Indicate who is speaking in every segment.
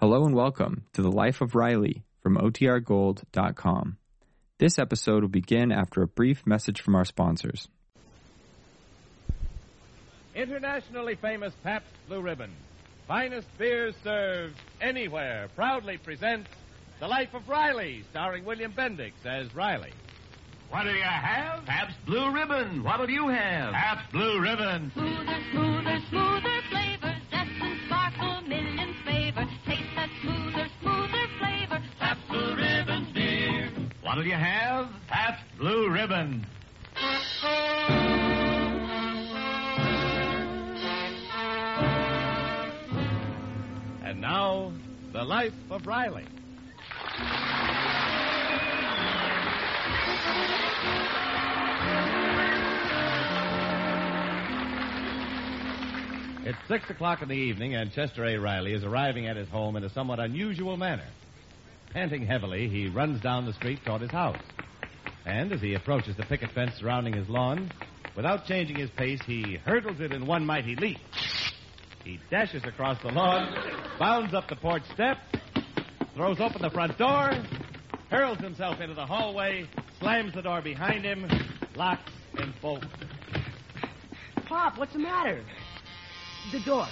Speaker 1: Hello and welcome to The Life of Riley from OTRGold.com. This episode will begin after a brief message from our sponsors.
Speaker 2: Internationally famous Pabst Blue Ribbon. Finest beer served anywhere proudly presents The Life of Riley, starring William Bendix as Riley.
Speaker 3: What do you have? Pabst Blue Ribbon. What'll you have? Pabst Blue Ribbon.
Speaker 4: Smoother, smoother, smoother flavor. Zest and sparkle, millions favor. Taste that smoother, smoother flavor. Pabst Blue Ribbon beer.
Speaker 3: What'll you have? Pabst Blue Ribbon.
Speaker 2: And now, The Life of Riley. It's six o'clock in the evening, and Chester A. Riley is arriving at his home in a somewhat unusual manner. Panting heavily, he runs down the street toward his house. And as he approaches the picket fence surrounding his lawn, without changing his pace, he hurdles it in one mighty leap. He dashes across the lawn, bounds up the porch step, throws open the front door, hurls himself into the hallway, slams the door behind him, locks and bolts.
Speaker 5: Pop, what's the matter? The door.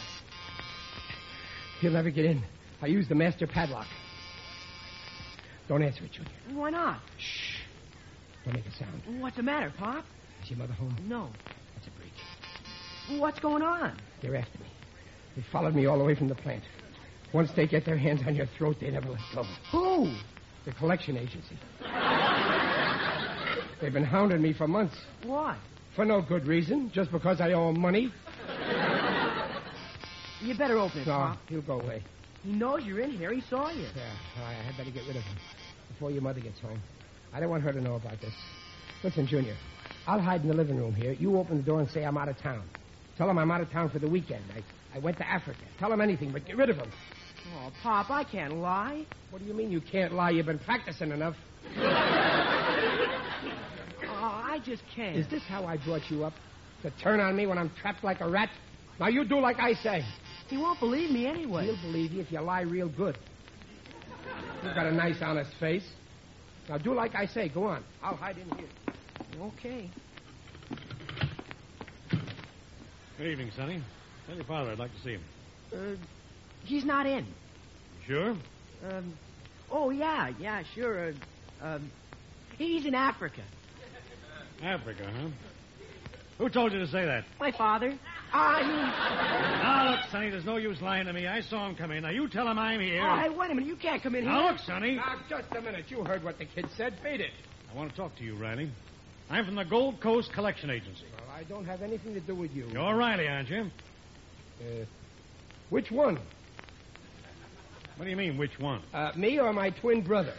Speaker 6: He'll never get in. I used the master padlock. Don't answer it, Junior.
Speaker 5: Why not?
Speaker 6: Don't make a sound.
Speaker 5: What's the matter, Pop?
Speaker 6: Is your mother home?
Speaker 5: No.
Speaker 6: That's a break.
Speaker 5: What's going on?
Speaker 6: They're after me. They followed me all the way from the plant. Once they get their hands on your throat, they never let go.
Speaker 5: Who?
Speaker 6: The collection agency. They've been hounding me for months.
Speaker 5: Why?
Speaker 6: For no good reason, just because I owe 'em money.
Speaker 5: You better open it,
Speaker 6: No,
Speaker 5: Pop.
Speaker 6: he'll go away.
Speaker 5: He knows you're in here. He saw you.
Speaker 6: Yeah, Uh, all right, I had better get rid of him before your mother gets home. I don't want her to know about this. Listen, Junior, I'll hide in the living room here. You open the door and say I'm out of town. Tell him I'm out of town for the weekend. I, I went to Africa. Tell him anything, but get rid of him.
Speaker 5: Oh, Pop, I can't lie.
Speaker 6: What do you mean you can't lie? You've been practicing enough.
Speaker 5: Oh, I just can't.
Speaker 6: Is this how I brought you up? To turn on me when I'm trapped like a rat? Now you do like I say.
Speaker 5: He won't believe me anyway.
Speaker 6: He'll believe you if you lie real good. You've got a nice, honest face. Now do like I say. Go on. I'll hide in here.
Speaker 5: Okay.
Speaker 7: Good evening, Sonny. Tell your father I'd like to see him.
Speaker 5: Uh, he's not in.
Speaker 7: Sure?
Speaker 5: Um, oh, yeah, yeah, sure. Uh, um, he's in Africa.
Speaker 7: Africa, huh? Who told you to say that?
Speaker 5: My father. Ah, I
Speaker 7: Now, look, Sonny, there's no use lying to me. I saw him come in. Now, you tell him I'm
Speaker 5: mean...
Speaker 7: here.
Speaker 5: Oh, hey, wait a minute. You can't come in here.
Speaker 7: Now, look, Sonny.
Speaker 6: Now, just a minute. You heard what the kid said. Beat it.
Speaker 7: I want to talk to you, Riley. I'm from the Gold Coast Collection Agency.
Speaker 6: Well, I don't have anything to do with you.
Speaker 7: You're Riley, aren't you?
Speaker 6: Uh, which one?
Speaker 7: What do you mean, which one?
Speaker 6: Uh, me or my twin brother?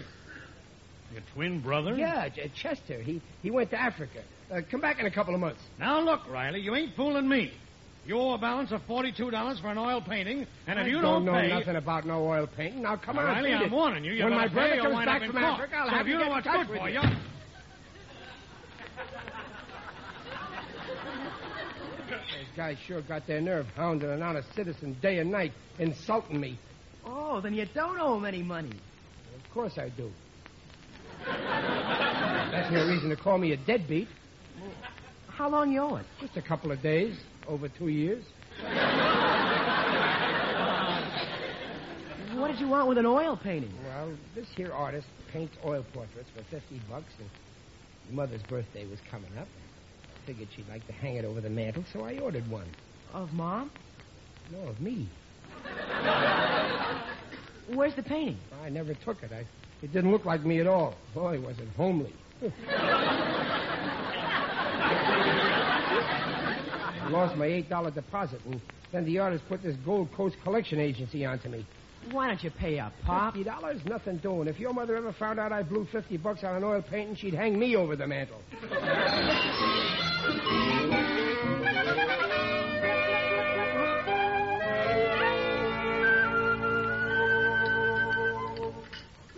Speaker 7: Your twin brother?
Speaker 6: Yeah, Ch- Chester. He he went to Africa. Uh, come back in a couple of months.
Speaker 7: Now, look, Riley, you ain't fooling me. You owe a balance of $42 for an oil painting, and if
Speaker 6: I
Speaker 7: you don't,
Speaker 6: don't, know
Speaker 7: pay...
Speaker 6: nothing about no oil painting. Now come on,
Speaker 7: Riley,
Speaker 6: beat
Speaker 7: I'm
Speaker 6: it.
Speaker 7: warning you. you
Speaker 6: when my
Speaker 7: better pay
Speaker 6: brother
Speaker 7: or
Speaker 6: comes
Speaker 7: wind up
Speaker 6: back
Speaker 7: in
Speaker 6: from
Speaker 7: court.
Speaker 6: Africa, I'll
Speaker 7: so
Speaker 6: have
Speaker 7: if
Speaker 6: to
Speaker 7: you
Speaker 6: get
Speaker 7: know
Speaker 6: in
Speaker 7: what's
Speaker 6: touch
Speaker 7: good
Speaker 6: with
Speaker 7: for
Speaker 6: you.
Speaker 7: you.
Speaker 6: Those guys sure got their nerve hounding an honest citizen day and night, insulting me.
Speaker 5: Oh, then you don't owe him any money.
Speaker 6: Of course I do. That's no reason to call me a deadbeat.
Speaker 5: How long you owe it?
Speaker 6: Just a couple of days, over two years.
Speaker 5: What did you want with an oil painting?
Speaker 6: Well, this here artist paints oil portraits for 50 bucks, and Mother's birthday was coming up. Figured she'd like to hang it over the mantel, so I ordered one.
Speaker 5: Of Mom?
Speaker 6: No, of me.
Speaker 5: Where's the painting?
Speaker 6: I never took it. I, it didn't look like me at all. Boy, was it homely. I lost my $8 deposit, and then the artist put this Gold Coast Collection Agency onto me.
Speaker 5: Why don't you pay up, Pop?
Speaker 6: $50? Nothing doing. If your mother ever found out I blew 50 bucks on an oil painting, she'd hang me over the mantel.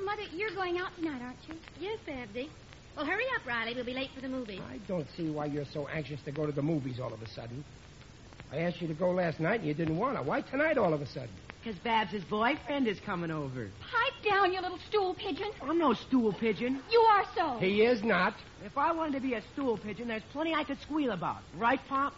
Speaker 8: Mother, you're going out tonight, aren't you?
Speaker 9: Yes, Abby.
Speaker 8: Well, hurry up, Riley. We'll be late for the movie.
Speaker 6: I don't see why you're so anxious to go to the movies all of a sudden. I I asked you to go last night and you didn't want to. Why tonight all of a sudden?
Speaker 5: Because Babs's boyfriend is coming over.
Speaker 10: Pipe down, you little stool pigeon.
Speaker 5: I'm no stool pigeon.
Speaker 10: You are so.
Speaker 6: He is not.
Speaker 5: If I wanted to be a stool pigeon, there's plenty I could squeal about. Right, Pop?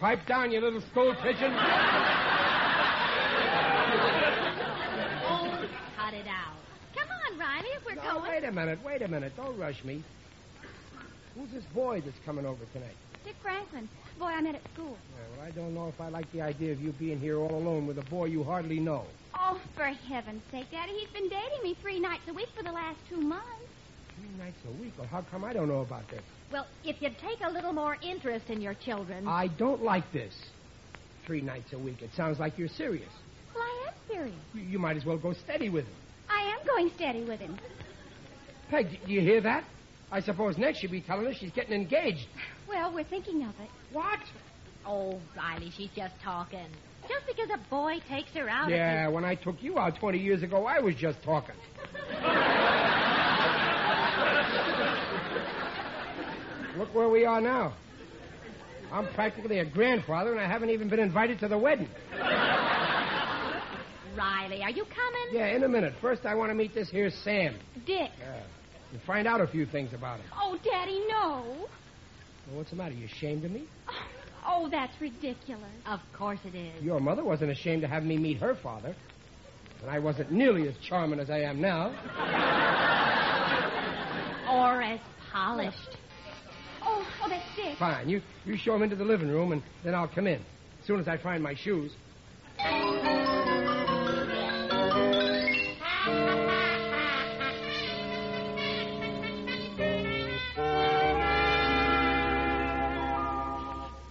Speaker 6: Pipe down, you little school pigeon.
Speaker 10: Oh, cut it out. Come on, Riley, if we're
Speaker 6: Now,
Speaker 10: going.
Speaker 6: wait a minute, wait a minute. Don't rush me. Who's this boy that's coming over tonight?
Speaker 10: Dick Franklin, boy I met at school.
Speaker 6: Yeah, well, I don't know if I like the idea of you being here all alone with a boy you hardly know.
Speaker 10: Oh, for heaven's sake, Daddy, he's been dating me three nights a week for the last two months.
Speaker 6: Three nights a week. Well, how come I don't know about this?
Speaker 10: Well, if you'd take a little more interest in your children.
Speaker 6: I don't like this. Three nights a week. It sounds like you're serious.
Speaker 10: Well, I am serious.
Speaker 6: You, you might as well go steady with him.
Speaker 10: I am going steady with him.
Speaker 6: Peg, do you hear that? I suppose next she'll be telling us she's getting engaged.
Speaker 10: Well, we're thinking of it.
Speaker 6: What?
Speaker 10: Oh, Riley, she's just talking. Just because a boy takes her out.
Speaker 6: Yeah, when I took you out 20 years ago, I was just talking. Look where we are now. I'm practically a grandfather, and I haven't even been invited to the wedding.
Speaker 10: Riley, are you coming?
Speaker 6: Yeah, in a minute. First, I want to meet this here Sam.
Speaker 10: Dick.
Speaker 6: Yeah. And find out a few things about him.
Speaker 10: Oh, Daddy, no.
Speaker 6: Well, what's the matter? You ashamed of me?
Speaker 10: Oh, that's ridiculous. Of course it is.
Speaker 6: Your mother wasn't ashamed to have me meet her father. And I wasn't nearly as charming as I am now.
Speaker 10: Or as polished. Oh, oh, that's Dick.
Speaker 6: Fine. You, you show him into the living room, and then I'll come in. As soon as I find my shoes.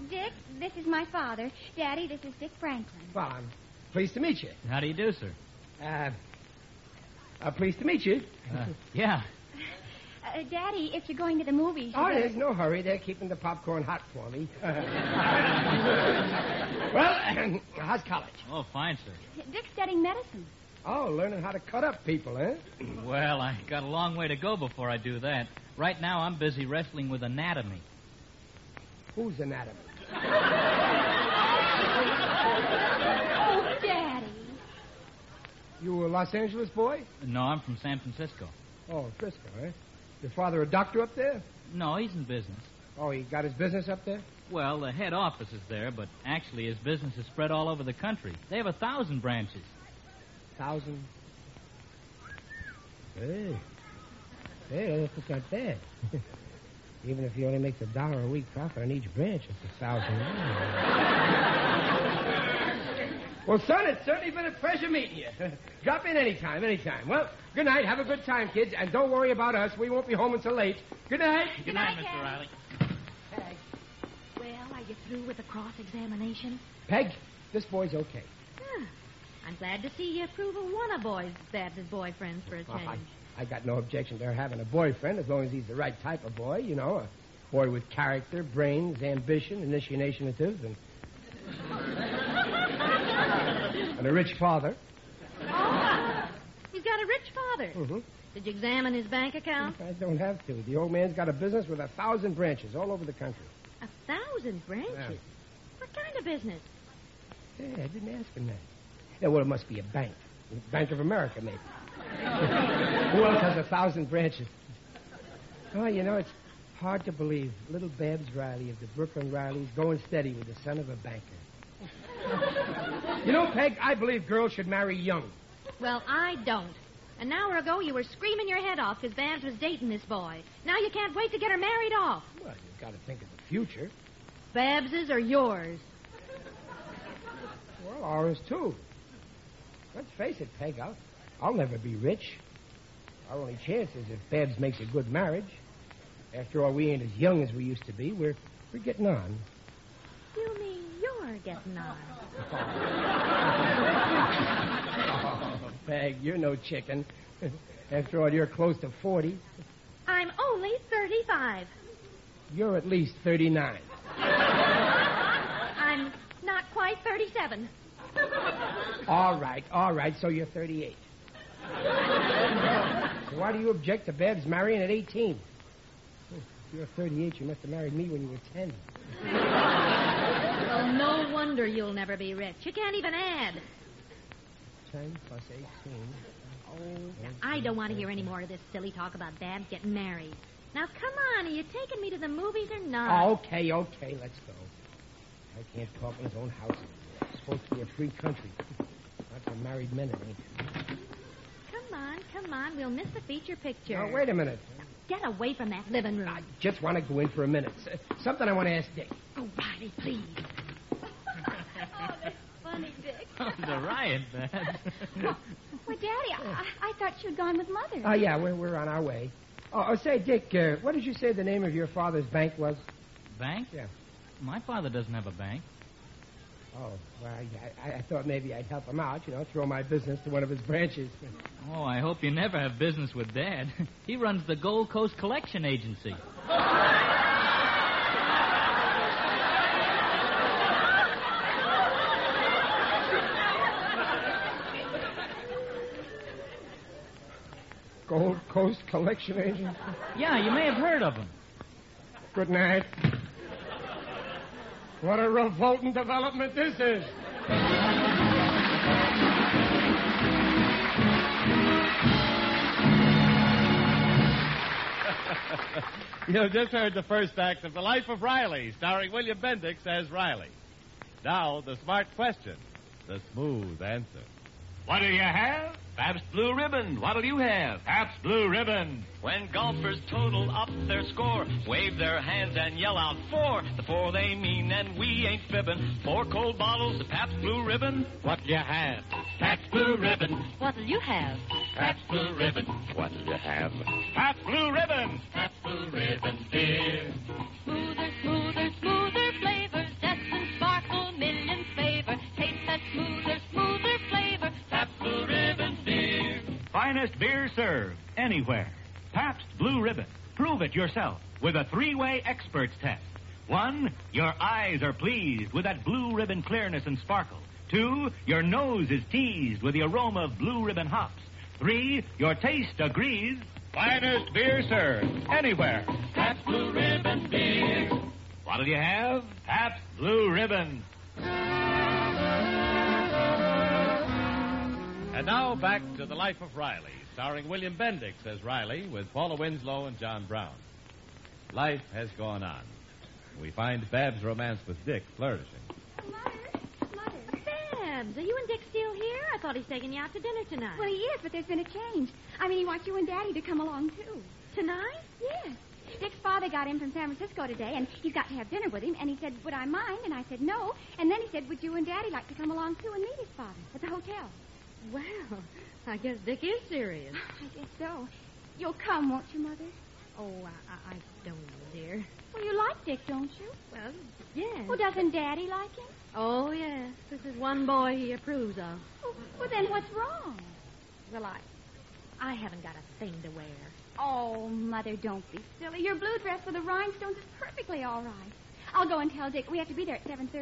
Speaker 10: Dick, this is my father. Daddy, this is Dick Franklin.
Speaker 6: Well, I'm pleased to meet you.
Speaker 9: How do you do, sir?
Speaker 6: Uh, uh, pleased to meet you.
Speaker 9: Yeah.
Speaker 10: Uh, Daddy, if you're going to the movies. you
Speaker 6: Oh,
Speaker 10: better-
Speaker 6: there's no hurry. They're keeping the popcorn hot for me. well, how's college?
Speaker 9: Oh, fine, sir.
Speaker 10: Dick's studying medicine.
Speaker 6: Oh, learning how to cut up people, eh?
Speaker 9: Well, I got a long way to go before I do that. Right now, I'm busy wrestling with anatomy.
Speaker 6: Who's anatomy?
Speaker 10: Oh, Daddy.
Speaker 6: You a Los Angeles boy?
Speaker 9: No, I'm from San Francisco.
Speaker 6: Oh, Frisco, eh? Your father a doctor up there?
Speaker 9: No, he's in business.
Speaker 6: Oh, he got his business up there?
Speaker 9: Well, the head office is there, but actually his business is spread all over the country. They have a thousand branches.
Speaker 6: Thousand. Hey. Hey, that's not that bad. Even if you only make a dollar a week profit on each branch, it's a thousand. well, son, it's certainly been a pleasure meeting you. Drop in anytime, anytime. Well, good night. Have a good time, kids. And don't worry about us. We won't be home until late. Good night.
Speaker 10: Good night, Daddy.
Speaker 8: Well, are you through with the cross examination?
Speaker 6: Peg, this boy's okay.
Speaker 8: I'm glad to see you approve of one of boys Babs' boyfriends for a
Speaker 6: Well, Uh, I,
Speaker 8: change.
Speaker 6: I got no objection to her having a boyfriend as long as he's the right type of boy, you know, a boy with character, brains, ambition, initiative, and. and a rich father.
Speaker 8: He's got a rich father.
Speaker 6: Mhm.
Speaker 8: Did you examine his bank account?
Speaker 6: I don't have to. The old man's got a business with a thousand branches all over the country.
Speaker 8: A thousand branches. What kind of business?
Speaker 6: Yeah, I didn't ask him that. Yeah, well, it must be a bank. Bank of America, maybe. Who else has a thousand branches? Oh, you know, it's hard to believe. Little Babs Riley of the Brooklyn Rileys going steady with the son of a banker. you know, Peg, I believe girls should marry young.
Speaker 8: Well, I don't. An hour ago, you were screaming your head off because Babs was dating this boy. Now you can't wait to get her married off.
Speaker 6: Well, you've got to think of the future.
Speaker 8: Babs's or yours?
Speaker 6: Well, ours, too. Let's face it, Peg, I'll, I'll never be rich. Our only chance is if Babs makes a good marriage. After all, we ain't as young as we used to be. We're, we're getting on.
Speaker 8: You mean you're getting on?
Speaker 6: Oh, Peg, you're no chicken. After all, you're close to 40.
Speaker 8: I'm only 35.
Speaker 6: You're at least 39.
Speaker 8: I'm not quite 37.
Speaker 6: All right, all right, so you're 38. so why do you object to Babs marrying at 18? If you're 38, you must have married me when you were 10.
Speaker 8: Well, No wonder you'll never be rich. You can't even add.
Speaker 6: Ten plus eighteen.
Speaker 8: Oh, I don't want to hear any more of this silly talk about Babs getting married. Now, come on. Are you taking me to the movies or not?
Speaker 6: Oh, okay, okay, let's go. I can't talk in his own house. It's supposed to be a free country. Not for married men, it ain't.
Speaker 8: Come on, come on. We'll miss the feature picture.
Speaker 6: Now, wait a minute.
Speaker 8: Get away from that living room.
Speaker 6: I just want to go in for a minute. S- Something I want to ask Dick.
Speaker 8: Oh, Riley, please. oh, that's funny, Dick.
Speaker 9: the riot, Babs.
Speaker 10: Why, Daddy, I, I thought you had gone with Mother.
Speaker 6: Oh, yeah, we're, we're on our way. Oh, oh say, Dick, uh, what did you say the name of your father's bank was?
Speaker 9: bank?
Speaker 6: Yeah.
Speaker 9: My father doesn't have a bank.
Speaker 6: Oh, well, I, I, I thought maybe I'd help him out, you know, throw my business to one of his branches.
Speaker 9: Oh, I hope you never have business with Dad. He runs the Gold Coast Collection Agency.
Speaker 6: Gold Coast Collection Agent.
Speaker 9: Yeah, you may have heard of him.
Speaker 6: Good night. What a revolting development this is.
Speaker 2: You just heard the first act of The Life of Riley, starring William Bendix as Riley. Now, the smart question, the smooth answer.
Speaker 3: What do you have? Pabst Blue Ribbon. What'll you have? Pabst Blue Ribbon. When golfers total up their score, wave their hands and yell out four. The four they mean, and we ain't fibbing. Four cold bottles of Pabst Blue Ribbon. What do you have? Pabst Blue Ribbon.
Speaker 4: What'll you have?
Speaker 3: Pabst Blue Ribbon. What'll you have? Pabst Blue Ribbon. Pabst Blue Ribbon, dear.
Speaker 4: Smoother, smoother, smoother flavor. Zest and sparkle, millions favor. Taste that smoother, smoother flavor.
Speaker 3: Pabst Blue Ribbon beer. Finest beer served anywhere. Pabst Blue Ribbon. Prove it yourself with a three-way experts test. One, your eyes are pleased with that blue ribbon clearness and sparkle. Two, your nose is teased with the aroma of blue ribbon hops. Three, your taste agrees. Finest beer served anywhere. Pabst Blue Ribbon beer. What'll you have? Pabst Blue Ribbon.
Speaker 2: And now back to The Life of Riley, starring William Bendix as Riley with Paula Winslow and John Brown. Life has gone on. We find Bab's romance with Dick flourishing.
Speaker 10: Mother? Mother?
Speaker 8: Babs, are you and Dick still here? I thought he's taking you out to dinner tonight.
Speaker 10: Well, he is, but there's been a change. I mean, he wants you and Daddy to come along, too.
Speaker 8: tonight?
Speaker 10: Yes. Dick's father got in from San Francisco today, and he's got to have dinner with him, and he said, Would I mind? And I said, No. And then he said, Would you and Daddy like to come along, too, and meet his father at the hotel?
Speaker 8: Well, I guess Dick is serious.
Speaker 10: I guess so. You'll come, won't you, Mother?
Speaker 8: Oh, I, I, I don't know, dear.
Speaker 10: Well, you like Dick, don't you?
Speaker 8: Well, yes.
Speaker 10: Well, doesn't Daddy like him?
Speaker 8: Oh, yes. This is one boy he approves of.
Speaker 10: Well, well, then what's wrong? Well, I.
Speaker 8: I haven't got a thing to wear.
Speaker 10: Oh, Mother, don't be silly. Your blue dress with the rhinestones is perfectly all right. I'll go and tell Dick. We have to be there at 7.30.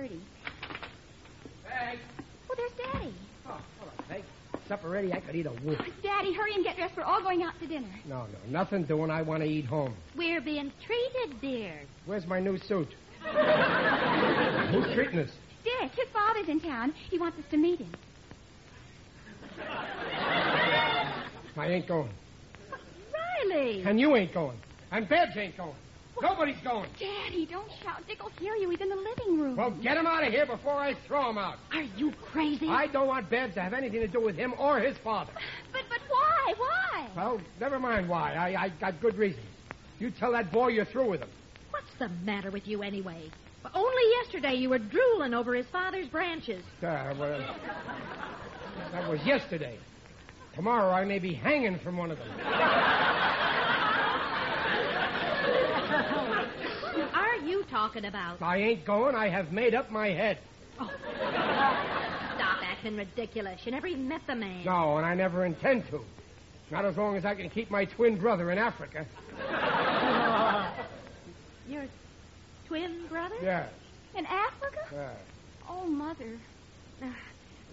Speaker 6: Thanks.
Speaker 10: Well, there's Daddy.
Speaker 6: Oh, hold on, thanks. Supper ready? I could eat a whip.
Speaker 10: Daddy, hurry and get dressed. We're all going out to dinner.
Speaker 6: No, no, nothing doing. I want to eat home.
Speaker 8: We're being treated, dear.
Speaker 6: Where's my new suit? Who's treating us?
Speaker 10: Dick, his father's in town. He wants us to meet him.
Speaker 6: I ain't going.
Speaker 8: Riley!
Speaker 6: And you ain't going. And Babs ain't going. Nobody's going.
Speaker 10: Daddy, don't shout. Dick will hear you. He's in the living room.
Speaker 6: Well, get him out of here before I throw him out.
Speaker 10: Are you crazy?
Speaker 6: I don't want Babs to have anything to do with him or his father.
Speaker 10: But, but why? Why?
Speaker 6: Well, never mind why. I, I got good reasons. You tell that boy you're through with him.
Speaker 8: What's the matter with you, anyway? Well, only yesterday you were drooling over his father's branches.
Speaker 6: Uh, well, that was yesterday. Tomorrow I may be hanging from one of them.
Speaker 8: What are you talking about? Oh.
Speaker 6: I ain't going. I have made up my head.
Speaker 8: Stop acting ridiculous. You never even met the man.
Speaker 6: No, and I never intend to. Not as long as I can keep my twin brother in Africa.
Speaker 8: Your twin brother?
Speaker 6: Yes,
Speaker 10: In Africa?
Speaker 6: yes.
Speaker 10: Oh, Mother.
Speaker 8: Uh,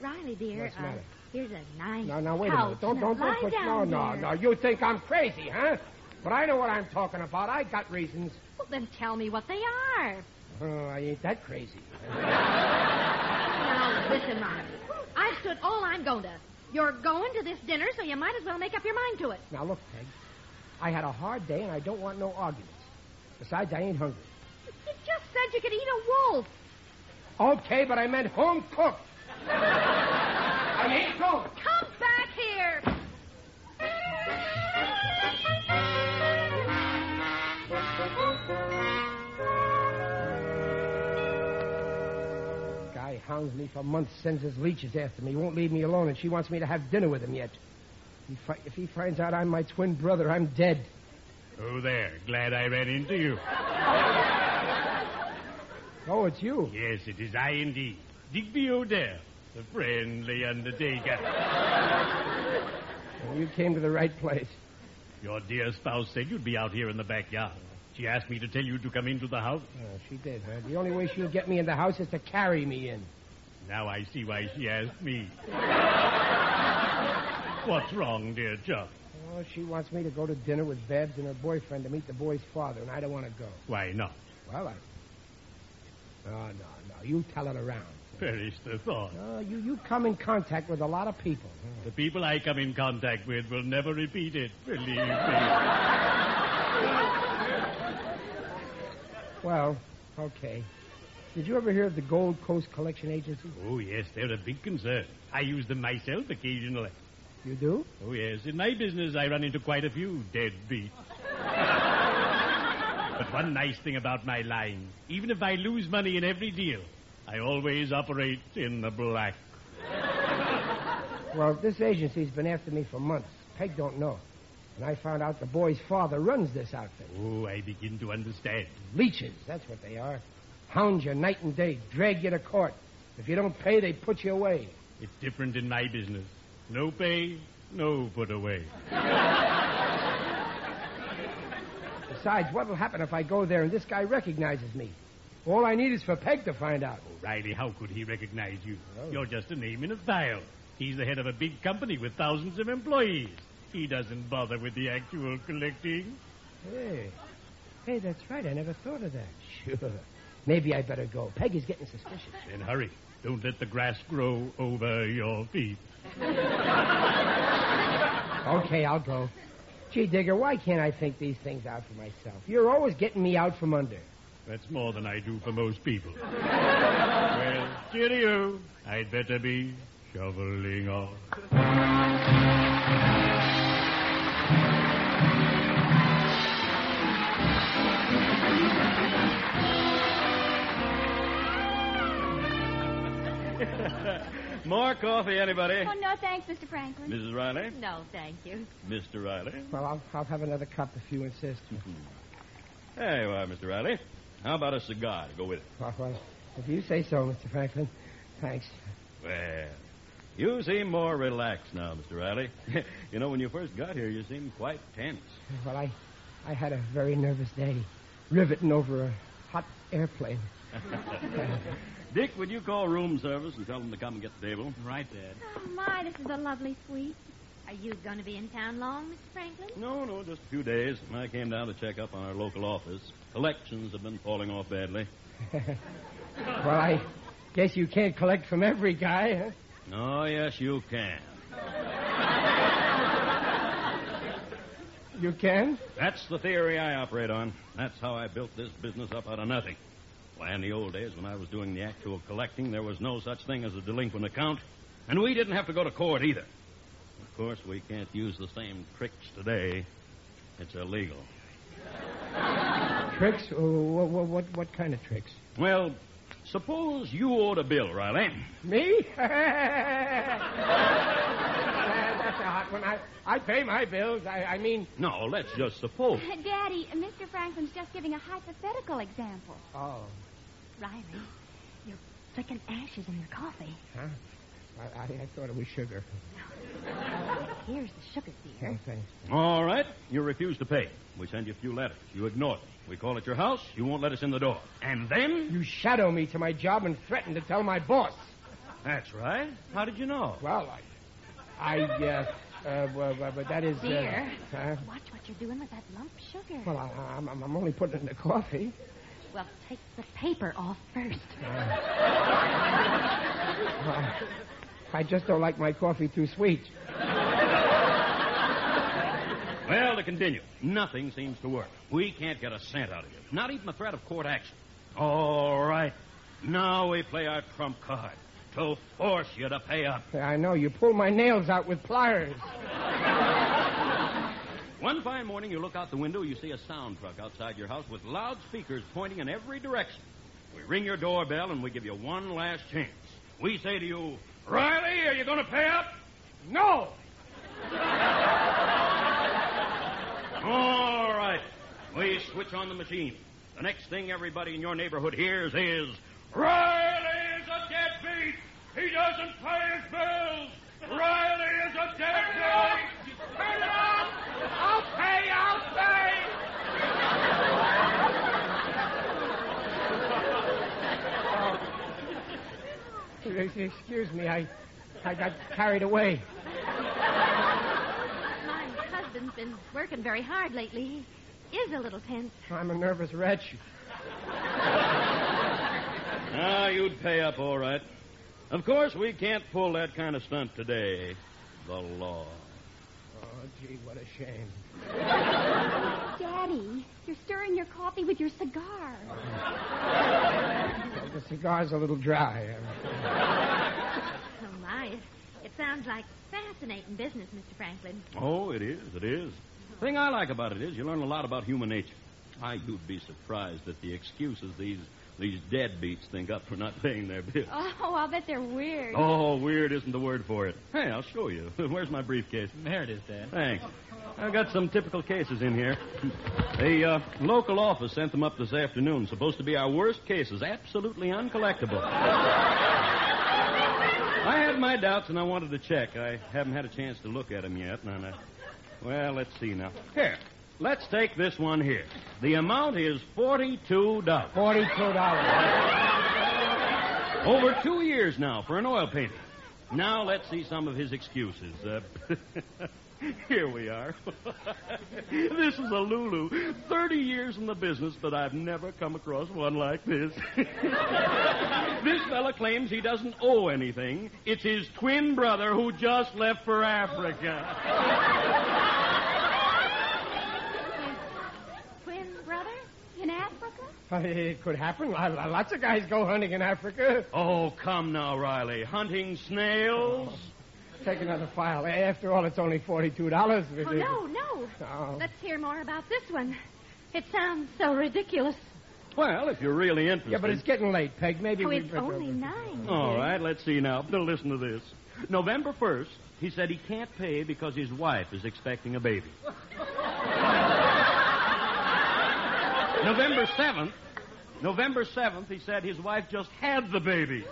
Speaker 8: Riley, dear.
Speaker 6: What's the
Speaker 8: uh,
Speaker 6: matter?
Speaker 8: Here's a nice.
Speaker 6: Now, now, wait a
Speaker 8: couch.
Speaker 6: minute. Don't,
Speaker 8: Now,
Speaker 6: don't,
Speaker 8: lie
Speaker 6: don't put. No,
Speaker 8: down
Speaker 6: no,
Speaker 8: here.
Speaker 6: no. You think I'm crazy, huh? But I know what I'm talking about. I got reasons.
Speaker 8: Well, then tell me what they are.
Speaker 6: Oh, I ain't that crazy.
Speaker 8: Now, listen, Ronnie. I've stood all I'm going to. You're going to this dinner, so you might as well make up your mind to it.
Speaker 6: Now, look, Peg. I had a hard day, and I don't want no arguments. Besides, I ain't hungry.
Speaker 8: You just said you could eat a wolf.
Speaker 6: Okay, but I meant home cooked. I ain't going.
Speaker 8: Come back here.
Speaker 6: Guy hounds me for months, sends his leeches after me, won't leave me alone, and she wants me to have dinner with him yet. He fi- if he finds out I'm my twin brother, I'm dead.
Speaker 11: Oh, there. Glad I ran into you.
Speaker 6: Oh, it's you.
Speaker 11: Yes, it is I indeed. Digby O'Dell, the friendly undertaker.
Speaker 6: Well, you came to the right place.
Speaker 11: Your dear spouse said you'd be out here in the backyard. She asked me to tell you to come into the house.
Speaker 6: Oh, she did, huh? The only way she'll get me in the house is to carry me in.
Speaker 11: Now I see why she asked me. What's wrong, dear Chuck?
Speaker 6: Oh, she wants me to go to dinner with Babs and her boyfriend to meet the boy's father, and I don't want to go.
Speaker 11: Why not?
Speaker 6: Well, I. No, no, no. You tell it around.
Speaker 11: Perish the thought.
Speaker 6: Oh, you, you come in contact with a lot of people.
Speaker 11: The people I come in contact with will never repeat it, believe me.
Speaker 6: Well, okay. Did you ever hear of the Gold Coast Collection Agency?
Speaker 11: Oh, yes, they're a big concern. I use them myself occasionally.
Speaker 6: You do?
Speaker 11: Oh, yes. In my business, I run into quite a few deadbeats. but one nice thing about my line, even if I lose money in every deal, I always operate in the black.
Speaker 6: Well, this agency's been after me for months. Peg don't know. And I found out the boy's father runs this outfit.
Speaker 11: Oh, I begin to understand.
Speaker 6: Leeches, that's what they are. Hound you night and day, drag you to court. If you don't pay, they put you away.
Speaker 11: It's different in my business. No pay, no put away.
Speaker 6: Besides, what'll happen if I go there and this guy recognizes me? All I need is for Peg to find out.
Speaker 11: Riley, how could he recognize you? You're just a name in a file. He's the head of a big company with thousands of employees. He doesn't bother with the actual collecting.
Speaker 6: Hey. Hey, that's right. I never thought of that. Sure. Maybe I better go. Peg is getting suspicious.
Speaker 11: Then hurry. Don't let the grass grow over your feet.
Speaker 6: Okay, I'll go. Gee, Digger, why can't I think these things out for myself? You're always getting me out from under.
Speaker 11: That's more than I do for most people. well, cheerio. I'd better be shoveling off.
Speaker 2: More coffee, anybody?
Speaker 10: Oh, no, thanks, Mr. Franklin.
Speaker 2: Mrs. Riley?
Speaker 10: No, thank you.
Speaker 2: Mr. Riley?
Speaker 6: Well, I'll, I'll have another cup if you insist.
Speaker 2: There you are, Mr. Riley. How about a cigar to go with it?
Speaker 6: Well, well, if you say so, Mr. Franklin. Thanks.
Speaker 2: Well, you seem more relaxed now, Mr. Riley. you know, when you first got here, you seemed quite tense.
Speaker 6: Well, I, I had a very nervous day, riveting over a hot airplane.
Speaker 2: Dick, would you call room service and tell them to come and get the table?
Speaker 9: Right, Dad.
Speaker 10: Oh, my, this is a lovely suite.
Speaker 8: Are you going to be in town long, Mr. Franklin?
Speaker 2: No, no, just a few days. I came down to check up on our local office. Collections have been falling off badly.
Speaker 6: Well, I guess you can't collect from every guy, huh?
Speaker 2: Oh, yes, you can.
Speaker 6: You can?
Speaker 2: That's the theory I operate on. That's how I built this business up out of nothing. Why, in the old days when I was doing the actual collecting, there was no such thing as a delinquent account, and we didn't have to go to court either. Of course, we can't use the same tricks today. It's illegal.
Speaker 6: Tricks? What, what, what kind of tricks?
Speaker 2: Well, suppose you owed a bill, Riley.
Speaker 6: Me? Ah, That's a hot one. I, I pay my bills. I, I mean,
Speaker 2: No, let's just suppose.
Speaker 10: Daddy, Mr. Franklin's just giving a hypothetical example.
Speaker 6: oh,
Speaker 8: Riley, you're flicking ashes in your coffee.
Speaker 6: huh? I, I, I thought it was sugar.
Speaker 8: Here's the sugar, dear.
Speaker 6: Oh, thanks.
Speaker 2: All right, you refuse to pay. We send you a few letters. You ignore them. We call at your house. You won't let us in the door. And then?
Speaker 6: You shadow me to my job and threaten to tell my boss.
Speaker 2: That's right. How did you know?
Speaker 6: Well, I, I, uh, uh, well, well, but that is. uh,
Speaker 8: Dear.
Speaker 6: huh?
Speaker 8: Watch what you're doing with that lump sugar.
Speaker 6: Well, I, I'm, I'm only putting it in the coffee.
Speaker 8: Well, take the paper off first.
Speaker 6: Uh, I just don't like my coffee too sweet.
Speaker 2: Well, to continue, nothing seems to work. We can't get a cent out of you, not even the threat of court action. All right. Now we play our trump card to force you to pay up.
Speaker 6: I know. You pull my nails out with pliers.
Speaker 2: One fine morning, you look out the window, you see a sound truck outside your house with loudspeakers pointing in every direction. We ring your doorbell and we give you one last chance. We say to you, Riley, are you going to pay up? No! All right. We switch on the machine. The next thing everybody in your neighborhood hears is Riley is a deadbeat! He doesn't pay his bills! Riley is a deadbeat! Turn it off! I'll pay, I'll pay!
Speaker 6: Excuse me, I, I got carried away.
Speaker 8: My husband's been working very hard lately. He is a little tense.
Speaker 6: I'm a nervous wretch.
Speaker 2: Ah, you'd pay up all right. Of course, we can't pull that kind of stunt today. The law.
Speaker 6: Oh, gee, what a shame.
Speaker 10: Daddy, you're stirring your coffee with your cigar.
Speaker 6: Well, the cigar's a little dry.
Speaker 8: Oh, my. It, it sounds like fascinating business, Mr. Franklin.
Speaker 2: Oh, it is, it is. Thing I like about it is you learn a lot about human nature. I, you'd be surprised at the excuses these these deadbeats think up for not paying their bills.
Speaker 10: Oh, I'll bet they're weird.
Speaker 2: Oh, weird isn't the word for it. Hey, I'll show you. Where's my briefcase?
Speaker 9: There it is, Dad.
Speaker 2: Thanks. I've got some typical cases in here. The uh, local office sent them up this afternoon. Supposed to be our worst cases, absolutely uncollectible. I had my doubts and I wanted to check. I haven't had a chance to look at them yet. And I, well, let's see now. Here, let's take this one here. The amount is forty-two dollars.
Speaker 6: Forty-two dollars.
Speaker 2: Over two years now for an oil painting. Now let's see some of his excuses. Uh, here we are. this is a Lulu. Thirty years in the business, but I've never come across one like this. this fella claims he doesn't owe anything. It's his twin brother who just left for Africa.
Speaker 10: Twin brother? In Africa?
Speaker 6: Uh, It could happen. Lo- lo- Lots of guys go hunting in Africa.
Speaker 2: Oh, come now, Riley. Hunting snails?
Speaker 6: Take another file. After all, it's only forty-two dollars.
Speaker 8: Oh, no, no.
Speaker 6: Oh.
Speaker 8: Let's hear more about this one. It sounds so ridiculous.
Speaker 2: Well, if you're really interested.
Speaker 6: Yeah, but it's getting late, Peg. Maybe
Speaker 8: oh,
Speaker 6: we.
Speaker 8: it's only nine.
Speaker 2: All right, let's see now. Now listen to this. November 1st, he said he can't pay because his wife is expecting a baby. November 7th, November 7th, he said his wife just had the baby.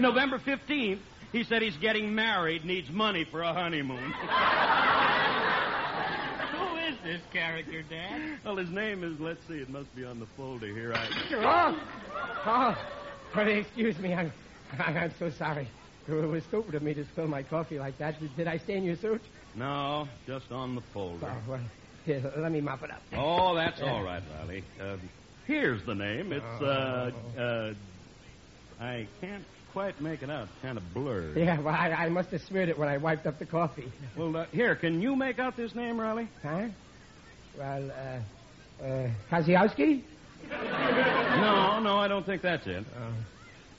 Speaker 2: November 15th, he said he's getting married, needs money for a honeymoon.
Speaker 12: Who is this character, Dad?
Speaker 2: well, his name is, let's see, it must be on the folder here. I...
Speaker 6: Oh, oh. Well, excuse me. I'm, I'm so sorry. It was stupid of me to spill my coffee like that. Did I stain your suit?
Speaker 2: No, just on the folder.
Speaker 6: Oh, well, here, let me mop it up.
Speaker 2: Oh, that's all right, Riley. Uh, here's the name. It's, uh, uh, I can't quite make it out. It's kind of blurred.
Speaker 6: Yeah, well, I, I must have smeared it when I wiped up the coffee.
Speaker 2: Well, uh, here, can you make out this name, Riley?
Speaker 6: Huh? Well, uh, uh, Kasiowski?
Speaker 2: No, no, I don't think that's it.
Speaker 6: Uh,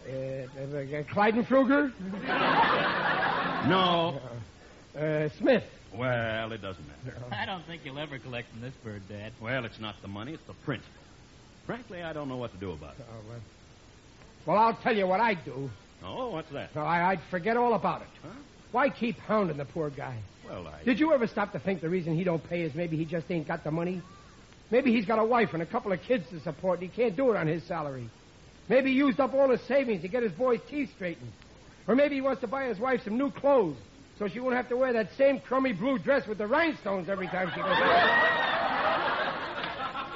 Speaker 6: uh, uh, Kleidenfruger?
Speaker 2: No.
Speaker 6: Uh, Smith.
Speaker 2: Well, it doesn't matter.
Speaker 9: I don't think you'll ever collect from this bird, Dad.
Speaker 2: Well, it's not the money, it's the principle. Frankly, I don't know what to do about it.
Speaker 6: Oh, well. well, I'll tell you what I'd do.
Speaker 2: Oh, what's that?
Speaker 6: No, I, I'd forget all about it.
Speaker 2: Huh?
Speaker 6: Why keep hounding the poor guy?
Speaker 2: Well, I.
Speaker 6: Did you ever stop to think the reason he don't pay is maybe he just ain't got the money? Maybe he's got a wife and a couple of kids to support, and he can't do it on his salary. Maybe he used up all his savings to get his boy's teeth straightened. Or maybe he wants to buy his wife some new clothes so she won't have to wear that same crummy blue dress with the rhinestones every time she goes out.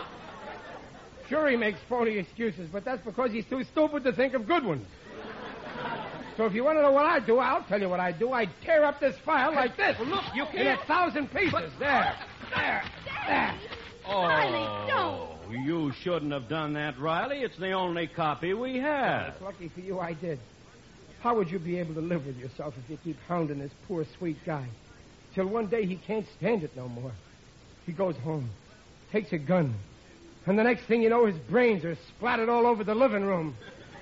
Speaker 6: Sure, he makes phony excuses, but that's because he's too stupid to think of good ones. So if you want to know what I do, I'll tell you what I do. I tear up this file like this. look, you In a thousand pieces. There. There. There.
Speaker 2: Oh,
Speaker 8: Riley, don't.
Speaker 11: You shouldn't have done that, Riley. It's the only copy we have.
Speaker 6: It's lucky for you I did. How would you be able to live with yourself if you keep hounding this poor, sweet guy? Till one day he can't stand it no more. He goes home, takes a gun, and the next thing you know, his brains are splattered all over the living room.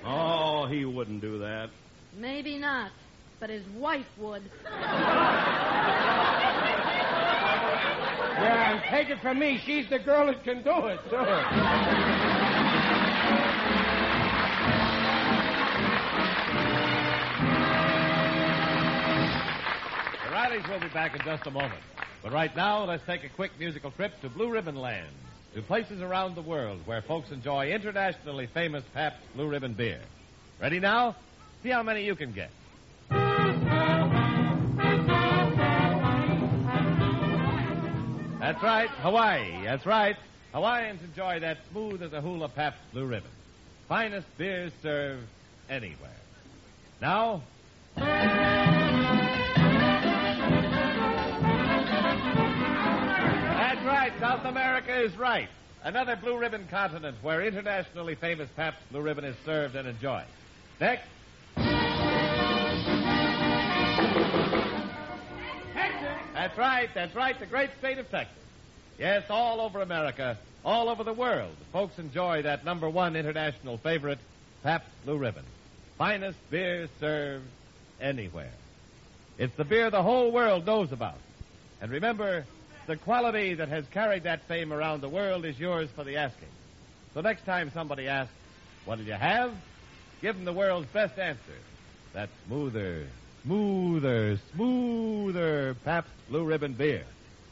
Speaker 11: Oh, he wouldn't do that.
Speaker 13: Maybe not, but his wife would.
Speaker 6: Yeah, and take it from me, she's the girl that can do it, too.
Speaker 2: The Rileys will be back in just a moment. But right now, let's take a quick musical trip to Blue Ribbon Land, to places around the world where folks enjoy internationally famous Pabst Blue Ribbon beer. Ready now? See how many you can get. That's right, Hawaii. That's right. Hawaiians enjoy that smooth as a hula Pabst Blue Ribbon. Finest beers served anywhere. Now, That's right. South America is right. Another blue ribbon continent where internationally famous Pabst Blue Ribbon is served and enjoyed. Next. That's right. That's right. The great state of Texas. Yes, all over America, all over the world, folks enjoy that number one international favorite, Pabst Blue Ribbon. Finest beer served anywhere. It's the beer the whole world knows about. And remember, the quality that has carried that fame around the world is yours for the asking. So next time somebody asks, What'll you have? Give them the world's best answer. That smoother, smoother, smoother Pabst Blue Ribbon beer.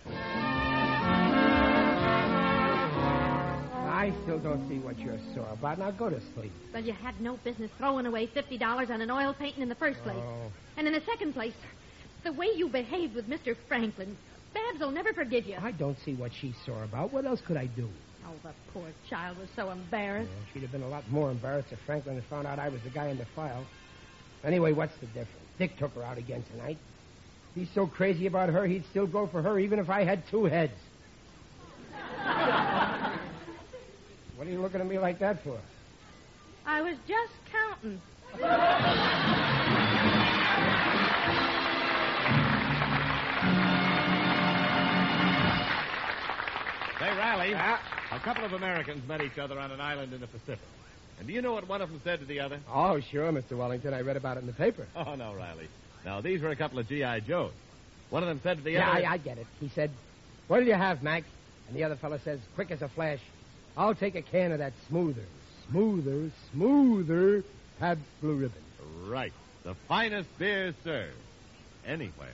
Speaker 6: I still don't see what you're sore about. Now go to sleep.
Speaker 8: Well, you had no business throwing away $50 on an oil painting in the first place.
Speaker 6: Oh.
Speaker 8: And in the second place, the way you behaved with Mr. Franklin. Babs will never forgive you.
Speaker 6: I don't see what she's sore about. What else could I do?
Speaker 8: Oh, the poor child was so embarrassed.
Speaker 6: Well, she'd have been a lot more embarrassed if Franklin had found out I was the guy in the file. Anyway, what's the difference? Dick took her out again tonight. He's so crazy about her, he'd still go for her even if I had two heads. What are you looking at me like that for?
Speaker 13: I was just counting.
Speaker 2: Say, Riley, a couple of Americans met each other on an island in the Pacific. And do you know what one of them said to the other?
Speaker 6: Oh, sure, Mr. Wellington. I read about it in the paper.
Speaker 2: Oh, no, Riley. Now, these were a couple of G.I. Joes. One of them said to the
Speaker 6: yeah,
Speaker 2: other.
Speaker 6: I, I get it. He said, What'll you have, Mac? And the other fellow says, quick as a flash, I'll take a can of that smoother, smoother, smoother Pabst Blue Ribbon.
Speaker 2: Right. The finest beer served anywhere.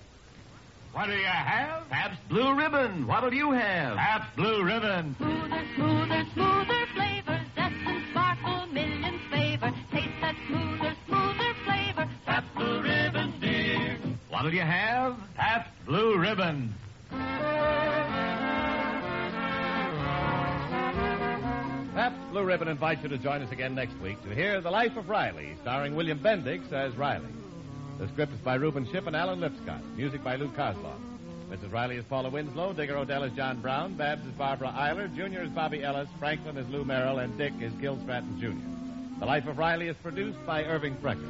Speaker 3: What'll you have? Pabst Blue Ribbon. What'll you have? Pabst Blue Ribbon.
Speaker 4: Smoother, smoother, smoother flavor, zest and sparkle, millions favor. Taste that smoother, smoother flavor. Pabst Blue Ribbon beer.
Speaker 3: What'll you have? Pabst Blue Ribbon.
Speaker 2: Pabst Blue Ribbon invites you to join us again next week to hear The Life of Riley, starring William Bendix as Riley. The script is by Reuben Ship and Alan Lipscott. Music by Lou Kozloff. Mrs. Riley is Paula Winslow. Digger Odell is John Brown. Babs is Barbara Eiler. Junior is Bobby Ellis. Franklin is Lou Merrill. And Dick is Gil Stratton, Jr. The Life of Riley is produced by Irving Brecker.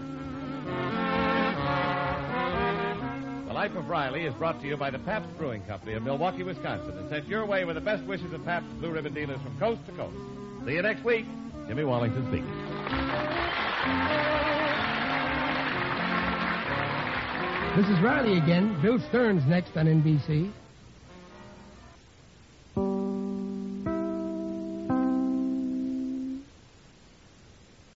Speaker 2: The Life of Riley is brought to you by the Pabst Brewing Company of Milwaukee, Wisconsin, and sent your way with the best wishes of Pabst Blue Ribbon dealers from coast to coast. See you next week. Jimmy Wallington speaking.
Speaker 6: This is Riley again. Bill Stearns next on NBC.